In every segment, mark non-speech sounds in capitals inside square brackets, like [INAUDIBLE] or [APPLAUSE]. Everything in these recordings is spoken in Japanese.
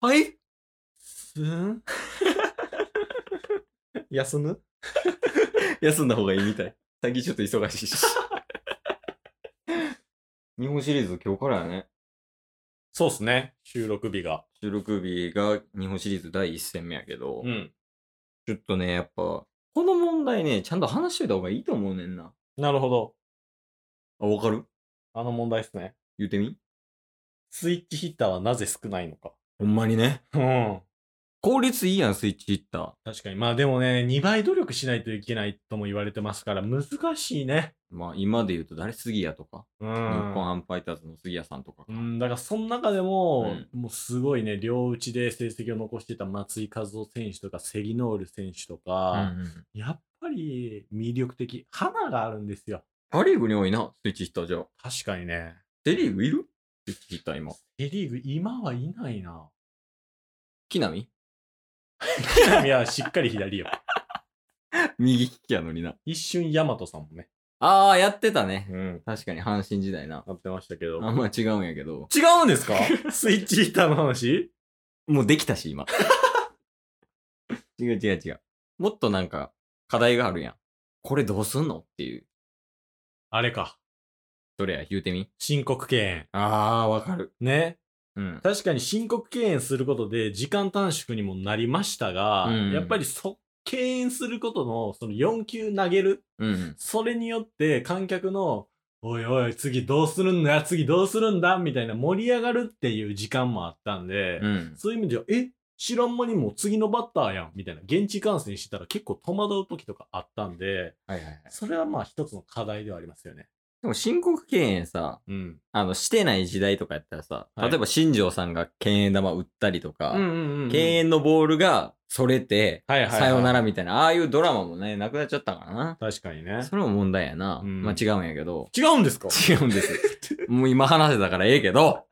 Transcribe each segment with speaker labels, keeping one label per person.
Speaker 1: はい
Speaker 2: すん [LAUGHS] 休む
Speaker 1: 休んだ方がいいみた [LAUGHS] い。最近ちょっと忙しいし。日本シリーズ今日からやね。
Speaker 2: そうっすね。収録日が。
Speaker 1: 収録日が日本シリーズ第1戦目やけど、
Speaker 2: ん。
Speaker 1: ちょっとね、やっぱ、この問題ね、ちゃんと話しといた方がいいと思うねんな。
Speaker 2: なるほど。
Speaker 1: あ、わかる
Speaker 2: あの問題っすね。
Speaker 1: 言うてみ
Speaker 2: スイッチヒッターはなぜ少ないのか。
Speaker 1: ほんまにね。
Speaker 2: うん。
Speaker 1: 効率いいやん、スイッチヒッター。
Speaker 2: 確かに。まあでもね、2倍努力しないといけないとも言われてますから、難しいね。
Speaker 1: まあ、今で言うと誰杉谷とか、
Speaker 2: う
Speaker 1: 日本
Speaker 2: ん。
Speaker 1: ハムファイターズの杉谷さんとかか。
Speaker 2: うん、だからその中でも、もうすごいね、両打ちで成績を残してた松井一夫選手とか、セギノール選手と
Speaker 1: うん
Speaker 2: か、
Speaker 1: うん
Speaker 2: やっぱり魅力的。花があるんですよ。
Speaker 1: パ・リーグに多いな、スイッチヒッターじゃあ。
Speaker 2: 確かにね。
Speaker 1: セ・リーグいるスイッチヒッター今。
Speaker 2: セリーグ今はいないな。
Speaker 1: 木浪 [LAUGHS]
Speaker 2: 木浪はしっかり左よ。
Speaker 1: 右利きやのにな。
Speaker 2: 一瞬大和さんもね。
Speaker 1: ああ、やってたね。
Speaker 2: うん。
Speaker 1: 確かに阪神時代な。
Speaker 2: なってましたけど。
Speaker 1: あんま違うんやけど。
Speaker 2: 違うんです [LAUGHS] かスイッチヒーターの話
Speaker 1: もうできたし、今。 [LAUGHS] 違う違う違う。もっとなんか、課題があるやん。これどうすんのっていう。
Speaker 2: あれか。
Speaker 1: どれや、言うてみ。
Speaker 2: 申告敬
Speaker 1: ああ、わかる。
Speaker 2: 遠。ね。
Speaker 1: うん。
Speaker 2: 確かに申告敬遠することで時間短縮にもなりましたが、
Speaker 1: うん
Speaker 2: やっぱりそ、敬遠することの、その4球投げる。
Speaker 1: うん。
Speaker 2: それによって観客の、おいおい、次どうするんだ次どうするんだみたいな盛り上がるっていう時間もあったんで、
Speaker 1: うん。
Speaker 2: そういう意味では、え知らん間にもう次のバッターやんみたいな、現地観戦してたら結構戸惑う時とかあったんで、
Speaker 1: はいはいはい。
Speaker 2: それはまあ一つの課題ではありますよね。
Speaker 1: でも申告敬遠さ、
Speaker 2: うん。
Speaker 1: あの、してない時代とかやったらさ、
Speaker 2: はい
Speaker 1: 例えば新庄さんが敬遠玉打ったりとか、
Speaker 2: ん
Speaker 1: 敬遠のボールがそれて、
Speaker 2: はいはいはい
Speaker 1: さよならみたいな、ああいうドラマもね、なくなっちゃったからな。
Speaker 2: 確かにね。
Speaker 1: それも問題やな。
Speaker 2: うん
Speaker 1: まあ違うんやけど。
Speaker 2: 違うんですか
Speaker 1: 違うんです。もう今話せたからええけど。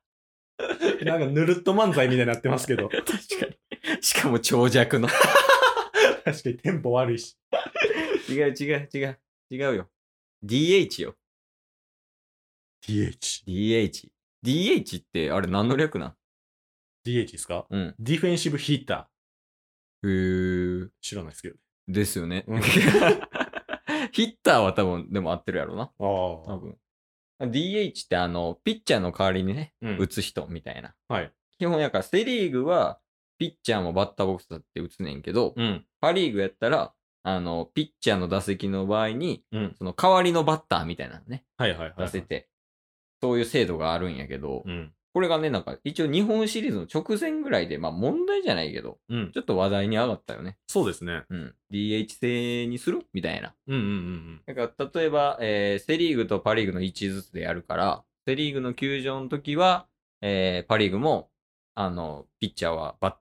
Speaker 2: なんかぬるっと漫才みたいになってますけ [LAUGHS] ど。
Speaker 1: 確かに。しかも長尺の。
Speaker 2: 確かにテンポ悪いし。
Speaker 1: 違う違う違う。違うよ。DH よ。
Speaker 2: DH。
Speaker 1: DH。DH ってあれ何の略なん
Speaker 2: DH ですか
Speaker 1: うん。
Speaker 2: ディフェンシブヒーター。
Speaker 1: へー。
Speaker 2: 知らないですけど。
Speaker 1: ですよね。
Speaker 2: うん
Speaker 1: [LAUGHS] ヒッターは多分、でも合ってるやろうな。
Speaker 2: あ
Speaker 1: 多
Speaker 2: あ。
Speaker 1: 分。DH ってあの、ピッチャーの代わりにね、
Speaker 2: うん
Speaker 1: 打つ人みたいな。
Speaker 2: はい。
Speaker 1: 基本やから、セリーグは、ピッチャーもバッターボックスだって打つねんけど、
Speaker 2: うん。
Speaker 1: パリーグやったら、あの、ピッチャーの打席の場合に、
Speaker 2: うん。
Speaker 1: その代わりのバッターみたいなのね、
Speaker 2: はいはいはい、
Speaker 1: 出せて、そういう制度があるんやけど、
Speaker 2: うん。
Speaker 1: これがね、なんか、一応日本シリーズの直前ぐらいで、まあ問題じゃないけど、
Speaker 2: うん。
Speaker 1: ちょっと話題に上がったよね。
Speaker 2: そうですね。
Speaker 1: うん。DH 制にするみたいな。
Speaker 2: うんうんうん
Speaker 1: だから、例えば、えーセリーグとパリーグの位置ずつでやるから、セリーグの球場の時は、えーパリーグも、あの、ピッチャーはバッ、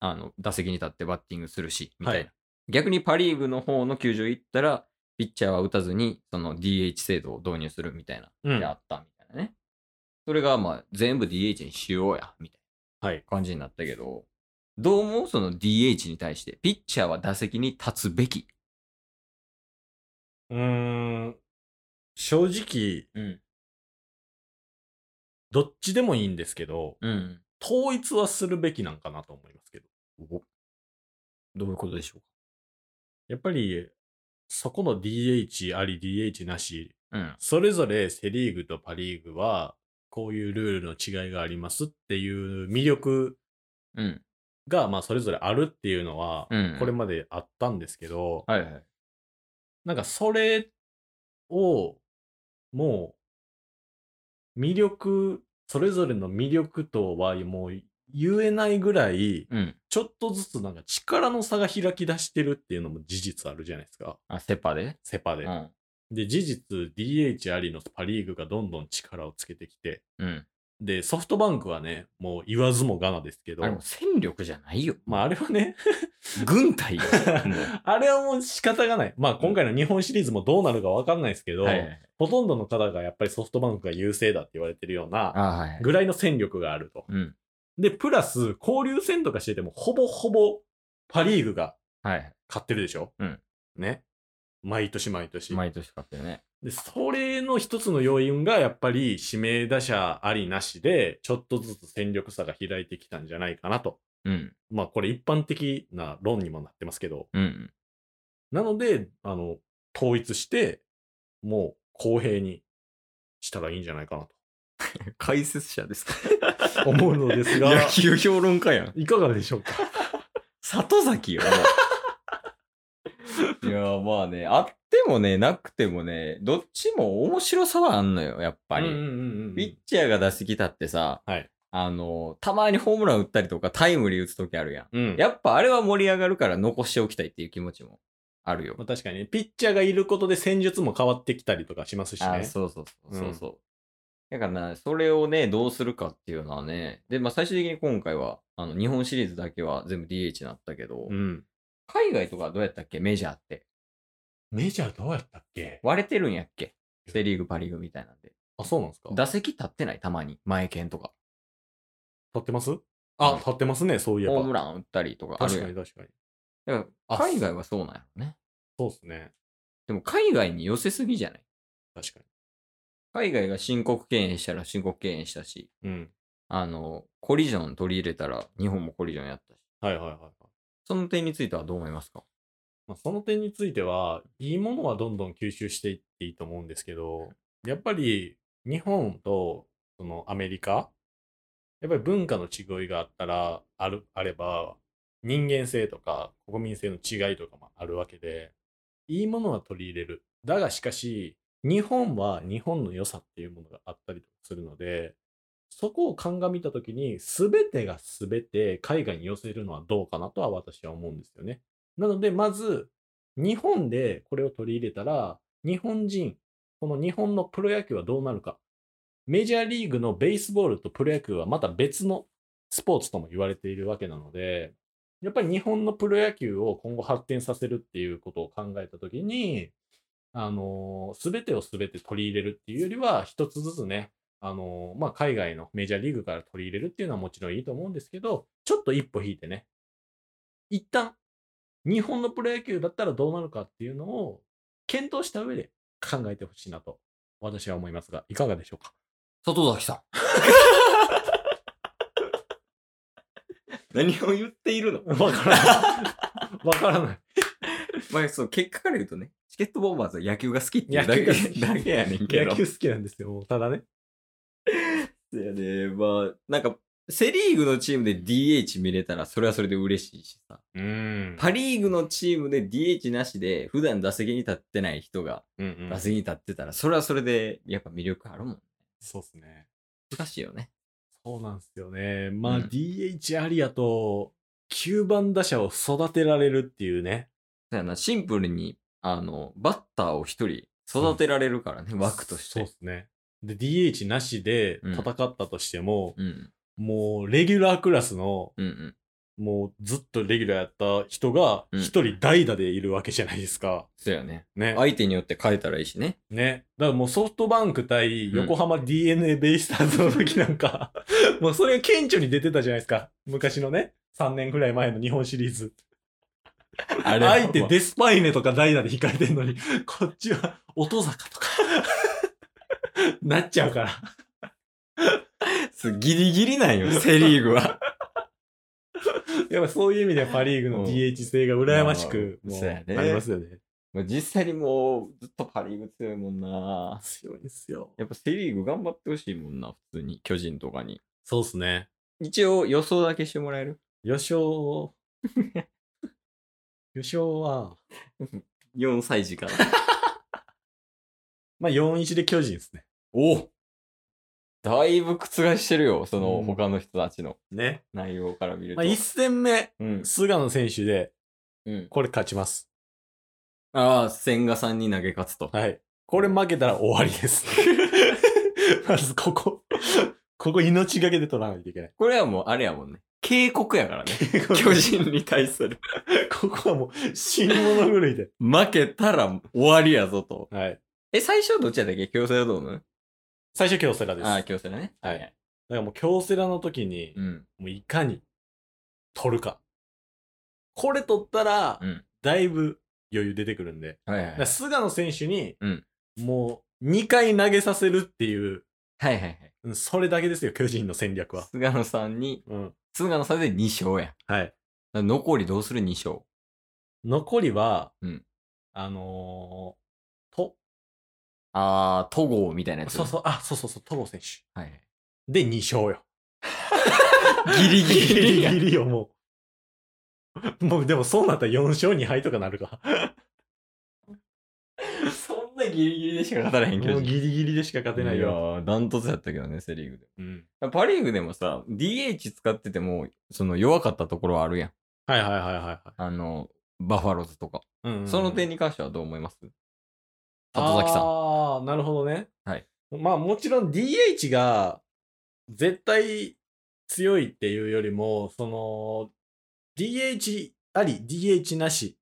Speaker 1: あの、打席に立ってバッティングするし、みたいな。
Speaker 2: はい
Speaker 1: 逆にパリーグの方の球場行ったら、ピッチャーは打たずに、その DH 制度を導入するみたいな、
Speaker 2: うん。うん。
Speaker 1: であったみたいなね。それが、まあ、全部 DH にしようや、みたい
Speaker 2: はい。
Speaker 1: な感じになったけど、どう思うその DH に対して、ピッチャーは打席に立つべき。
Speaker 2: うーん。正直、
Speaker 1: うん。
Speaker 2: どっちでもいいんですけど、
Speaker 1: うん。
Speaker 2: 統一はするべきなんかなと思いますけど。
Speaker 1: どういうことでしょう
Speaker 2: やっぱり、そこの DH あり DH なし、
Speaker 1: うん。
Speaker 2: それぞれセリーグとパリーグは、こういうルールの違いがありますっていう魅力
Speaker 1: うん。
Speaker 2: が、まあ、それぞれあるっていうのは
Speaker 1: うん、
Speaker 2: これまであったんですけど、
Speaker 1: はいはい。
Speaker 2: なんかそれを、もう、魅力、それぞれの魅力とはもう言えないぐらい、
Speaker 1: うん。
Speaker 2: ちょっとずつなんか力の差が開き出してるっていうのも事実あるじゃないですか。
Speaker 1: あ、セパで
Speaker 2: セパで。
Speaker 1: ん。
Speaker 2: で、事実 DH ありのパリーグがどんどん力をつけてきて、
Speaker 1: うん。
Speaker 2: で、ソフトバンクはね、もう言わずもがなですけど
Speaker 1: あれ、も戦力じゃないよ。
Speaker 2: まああれはね、
Speaker 1: 軍 [LAUGHS] 隊よ。も
Speaker 2: あれはもう仕方がない。まあ今回の日本シリーズもどうなるかわかんないですけど、
Speaker 1: うはいはい。
Speaker 2: ほとんどの方がやっぱりソフトバンクが優勢だって言われてるよう
Speaker 1: あ
Speaker 2: な
Speaker 1: はい。
Speaker 2: ぐらいの戦力があると。
Speaker 1: うん。
Speaker 2: で、プラス交流戦とかしててもほぼほぼパリーグが
Speaker 1: はい。
Speaker 2: 買ってるでしょ
Speaker 1: うん。
Speaker 2: ね。毎年毎年。
Speaker 1: 毎年買ってるね。
Speaker 2: で、それの一つの要因がやっぱり指名打者ありなしで、ちょっとずつ戦力差が開いてきたんじゃないかなと
Speaker 1: うん。
Speaker 2: まあこれ一般的な論にもなってますけど、
Speaker 1: うん。
Speaker 2: なので、あの、統一して、もう公平にしたらいいんじゃないかな
Speaker 1: 解説者ですか
Speaker 2: と思うのです [LAUGHS] が、
Speaker 1: [LAUGHS] 野球評論家やん。
Speaker 2: いかがでしょうか
Speaker 1: 里崎よ。 [LAUGHS] いやーまあね、あってもね、なくてもね、どっちも面白さはあんのよ、やっぱり。
Speaker 2: うんうんうんうん
Speaker 1: ピッチャーが打席立ってさ、
Speaker 2: はい
Speaker 1: あの、たまにホームラン打ったりとかタイムリー打つ時あるやん。
Speaker 2: うん
Speaker 1: やっぱあれは盛り上がるから残しておきたいっていう気持ちもあるよ。
Speaker 2: まあ、確かにね、ピッチャーがいることで戦術も変わってきたりとかしますし
Speaker 1: あ
Speaker 2: ね。
Speaker 1: そうそうそううんそうそう。だからな、それをね、どうするかっていうのはね、で、まあ最終的に今回は、あの、日本シリーズだけは全部 DH になったけど、
Speaker 2: うん、
Speaker 1: 海外とかどうやったっけメジャーって。
Speaker 2: メジャーどうやったっけ
Speaker 1: 割れてるんやっけセリーグ、パリーグみたいなんで。
Speaker 2: あ、そうなんですか
Speaker 1: 打席立ってないたまに。前剣とか。
Speaker 2: 立ってます
Speaker 1: うん
Speaker 2: あ、立ってますね、そういえば。
Speaker 1: ホームラン打ったりとかある
Speaker 2: 確
Speaker 1: や
Speaker 2: かに
Speaker 1: ん
Speaker 2: 確かに。
Speaker 1: だから
Speaker 2: あ
Speaker 1: 海外はそうなんやろね。
Speaker 2: そうですね。
Speaker 1: でも海外に寄せすぎじゃない
Speaker 2: 確か
Speaker 1: 海外が申告敬遠したら申告敬遠したし、
Speaker 2: に。うん。
Speaker 1: あの、コリジョン取り入れたら日本もコリジョンやったし。
Speaker 2: はいはいはいはい。
Speaker 1: その点についてはどう思いますか
Speaker 2: まあ、その点については、いいものはどんどん吸収していっていいと思うんですけど、やっぱり日本とそのアメリカ、やっぱり文化の違いがあったら、ある、あれば、人間性とか国民性の違いとかもあるわけで、いいものは取り入れる。だがしかし、日本は日本の良さっていうものがあったりとかするので、そこを鑑みたときに、すべてがすべて海外に寄せるのはどうかなとは私は思うんですよね。なので、まず、日本でこれを取り入れたら、日本人、この日本のプロ野球はどうなるか。メジャーリーグのベースボールとプロ野球はまた別のスポーツとも言われているわけなので、やっぱり日本のプロ野球を今後発展させるっていうことを考えたときに、あのすべてをすべて取り入れるっていうよりは、一つずつね、あのまあ、海外のメジャーリーグから取り入れるっていうのはもちろんいいと思うんですけど、ちょっと一歩引いてね、一旦、日本のプロ野球だったらどうなるかっていうのを検討した上で考えてほしいなと、私は思いますが、いかがでしょうか
Speaker 1: 里崎さん。 [LAUGHS] 何を言っているの
Speaker 2: [LAUGHS] わからない。 [LAUGHS] わからない。
Speaker 1: まあ、そう、結果から言うとね、チケットボンバーズは野球が好きっていう
Speaker 2: 野
Speaker 1: だけ
Speaker 2: 球が好き
Speaker 1: だけやねんけど。
Speaker 2: 野球好きなんですよ。ただね。
Speaker 1: やね、まあ、なんか、セリーグのチームで DH 見れたら、それはそれで嬉しいしさ。
Speaker 2: うん
Speaker 1: パリーグのチームで DH なしで、普段打席に立ってない人が
Speaker 2: うんうん
Speaker 1: 打席に立ってたら、それはそれで、やっぱ魅力あるもん。
Speaker 2: そうですね。
Speaker 1: 難しいよね。
Speaker 2: そうなんですよね。まあ、
Speaker 1: うん
Speaker 2: DH アリアと9番打者を育てられるっていうね。
Speaker 1: そうやな、シンプルに、あの、バッターを一人育てられるからね、枠とし
Speaker 2: そう
Speaker 1: て
Speaker 2: で。すね。で、DH なしで
Speaker 1: うん
Speaker 2: 戦ったとしても、
Speaker 1: うん。
Speaker 2: もうレギュラークラスの
Speaker 1: うんうん。
Speaker 2: もうずっとレギュラーやった人が
Speaker 1: うん
Speaker 2: 一人代打でいるわけじゃないですか。
Speaker 1: そうやね。
Speaker 2: ね。
Speaker 1: 相手によって変えたらいいしね。
Speaker 2: ね。だからもうソフトバンク対横浜 DNA ベイスターズの時なん
Speaker 1: [LAUGHS]
Speaker 2: か、もうそれが顕著に出てたじゃないですか。昔のね、3年くらい前の日本シリーズ。
Speaker 1: あれ
Speaker 2: 相手デスパイネとか代打で控えてんのに、こっちは音坂とか、なっちゃうから。
Speaker 1: そうギリギリなんよ、セリーグ
Speaker 2: [LAUGHS]
Speaker 1: は。
Speaker 2: やっぱそういう意味ではパリーグ
Speaker 1: うん
Speaker 2: の DH 性が羨ましく、
Speaker 1: まあ
Speaker 2: も
Speaker 1: そうやね
Speaker 2: ありますよね。
Speaker 1: まあ実際にもうずっとパ・リーグ強いもんな。
Speaker 2: 強いですよ。
Speaker 1: やっぱセ・リーグ頑張ってほしいもんな、普通に、巨人とかに。
Speaker 2: そうっすね。
Speaker 1: 一応予想だけしてもらえる
Speaker 2: 予想。 [LAUGHS] 予想は、
Speaker 1: ?4 歳
Speaker 2: [LAUGHS]
Speaker 1: 児から。
Speaker 2: まあ4-1で巨人ですね。
Speaker 1: おだいぶ覆してるよ、その
Speaker 2: うん
Speaker 1: 他の人たちの
Speaker 2: ね。
Speaker 1: 内容から見ると。
Speaker 2: まあ1戦目、
Speaker 1: うん。
Speaker 2: 菅野選手で、
Speaker 1: うん。
Speaker 2: これ勝ちます。
Speaker 1: ああ、千賀さんに投げ勝つと。
Speaker 2: はい。これ負けたら終わりです。 [LAUGHS] まずここ、ここ命がけで取らないといけない。
Speaker 1: これはもうあれやもんね。警告やからね。 [LAUGHS] 巨人に対する。
Speaker 2: [LAUGHS] ここはもう死に物狂いで。
Speaker 1: 負けたら終わりやぞと。
Speaker 2: はい。
Speaker 1: え、最初はどっちやったっけ京セラドーム
Speaker 2: 最初京セラです。
Speaker 1: ああ、
Speaker 2: だか
Speaker 1: 京セラね。
Speaker 2: はい。らもう京セラの時に、
Speaker 1: うん。
Speaker 2: もういかに取るか。これ取ったら、
Speaker 1: うん
Speaker 2: だいぶ余裕出てくるんで。
Speaker 1: はいは
Speaker 2: だ
Speaker 1: い
Speaker 2: から菅野選手に、
Speaker 1: うん
Speaker 2: もう2回投げさせるっていう、
Speaker 1: はいはいはい。
Speaker 2: うんそれだけですよ、巨人の戦略は。
Speaker 1: 菅野さんに
Speaker 2: うん。
Speaker 1: 菅野さんで2勝やん。だか
Speaker 2: はい。
Speaker 1: ら残りどうする ?2 勝。
Speaker 2: 残りは、
Speaker 1: うん
Speaker 2: あのー、と、
Speaker 1: あー、戸郷みたいなやつ。
Speaker 2: そうそう、あ、そうそうそう、戸郷選手。
Speaker 1: はい。
Speaker 2: で、2勝よ。
Speaker 1: ギリギ
Speaker 2: ギ
Speaker 1: リ
Speaker 2: リ
Speaker 1: や
Speaker 2: ギリよ、もう。もう、でもそうなったら4勝2敗とかなるか。
Speaker 1: [LAUGHS] そんなギリギリでしか勝たれへんけ
Speaker 2: も
Speaker 1: ど。
Speaker 2: うギリギリでしか勝てないよ。
Speaker 1: やー、ダントツやったけどね、セリーグ
Speaker 2: うん。
Speaker 1: で。パリーグでもさ、DH 使ってても、その弱かったところはあるやん。
Speaker 2: はいはいはいはいはい。
Speaker 1: あの、バファローズとか。
Speaker 2: うんうんうん
Speaker 1: その点に関してはどう思います里崎さん。
Speaker 2: ああ、なるほどね。
Speaker 1: はい。
Speaker 2: まあもちろん DH が絶対強いっていうよりも、その DH あり DH なし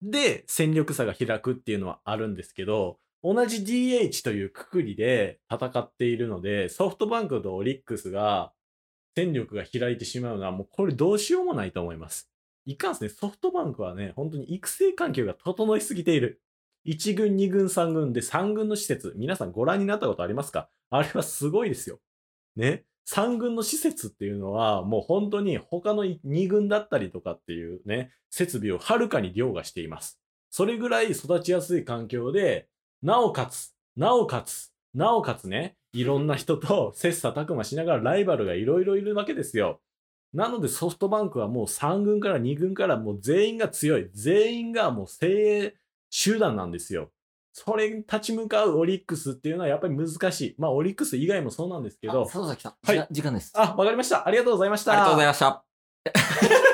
Speaker 2: で戦力差が開くっていうのはあるんですけど、同じ DH というくくりで戦っているので、ソフトバンクとオリックスが戦力が開いてしまうのはもうこれどうしようもないと思います。いかんすね、ソフトバンクはね、本当に育成環境が整いすぎている。1軍、2軍、3軍で3軍の施設、皆さんご覧になったことありますかあれはすごいですよ。ね。3軍の施設っていうのは、もう本当に他の2軍だったりとかっていうね、設備をはるかに凌駕しています。それぐらい育ちやすい環境で、なおかつ、なおかつ、なおかつね、いろんな人と切磋琢磨しながらライバルがいろいろいるわけですよ。なのでソフトバンクはもう3軍から2軍からもう全員が強い。全員がもう精鋭集団なんですよ。それに立ち向かうオリックスっていうのはやっぱり難しい。まあオリックス以外もそうなんですけど。
Speaker 1: 里崎さん
Speaker 2: はい
Speaker 1: 時間です。
Speaker 2: あ、わかりました。ありがとうございました。
Speaker 1: ありがとうございました。